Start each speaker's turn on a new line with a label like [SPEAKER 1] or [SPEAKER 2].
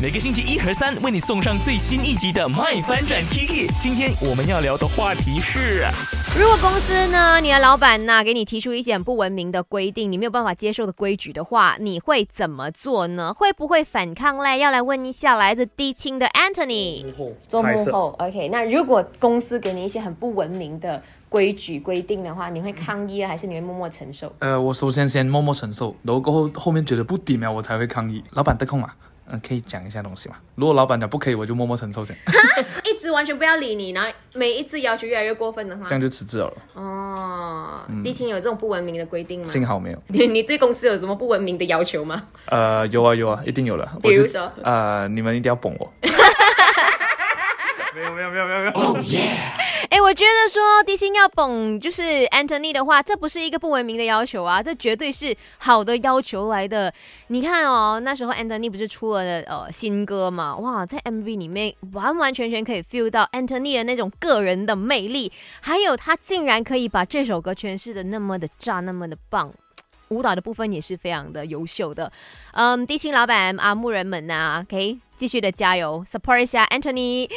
[SPEAKER 1] 每个星期一和三为你送上最新一集的《麦翻转 Kiki》。今天我们要聊的话题是，
[SPEAKER 2] 如果公司呢，你的老板呢，给你提出一些很不文明的规定，你没有办法接受的规矩的话，你会怎么做呢？会不会反抗嘞？要来问一下来自低清的 Anthony。
[SPEAKER 3] 做
[SPEAKER 4] 拍
[SPEAKER 3] 幕
[SPEAKER 4] 摄
[SPEAKER 3] 后，OK。那如果公司给你一些很不文明的规矩规定的话，你会抗议啊，还是你会默默承受？
[SPEAKER 4] 呃，我首先先默默承受，然后过后后面觉得不顶了，我才会抗议。老板得空嘛？嗯、可以讲一下东西嘛？如果老板讲不可以，我就默默承受先，
[SPEAKER 3] 嗯一直完全不要理你，然后每一次要求越来越过分的话
[SPEAKER 4] 这，样就嗯辞职了。
[SPEAKER 3] 哦，地勤有这种不文明的规定吗？
[SPEAKER 4] 幸好没有。
[SPEAKER 3] 你你对公司有什么不文明的要求吗？
[SPEAKER 4] 呃，有啊有啊，一定有的。我就
[SPEAKER 3] 嗯比如说
[SPEAKER 4] 呃，你们一定要捧我。没有没有没有没有没有。
[SPEAKER 2] 哎，我觉得说低清要捧就是 Anthony 的话，这不是一个不文明的要求啊，这绝对是好的要求来的。你看哦，那时候 Anthony 不是出了呃新歌嘛？哇，在 MV 里面完完全全可以 feel 到 Anthony 的那种个人的魅力，还有他竟然可以把这首歌诠释的那么的炸，那么的棒。舞蹈的部分也是非常的优秀的，嗯，低清老板啊，牧人们呐、o k 继续的加油，support 一下 Anthony，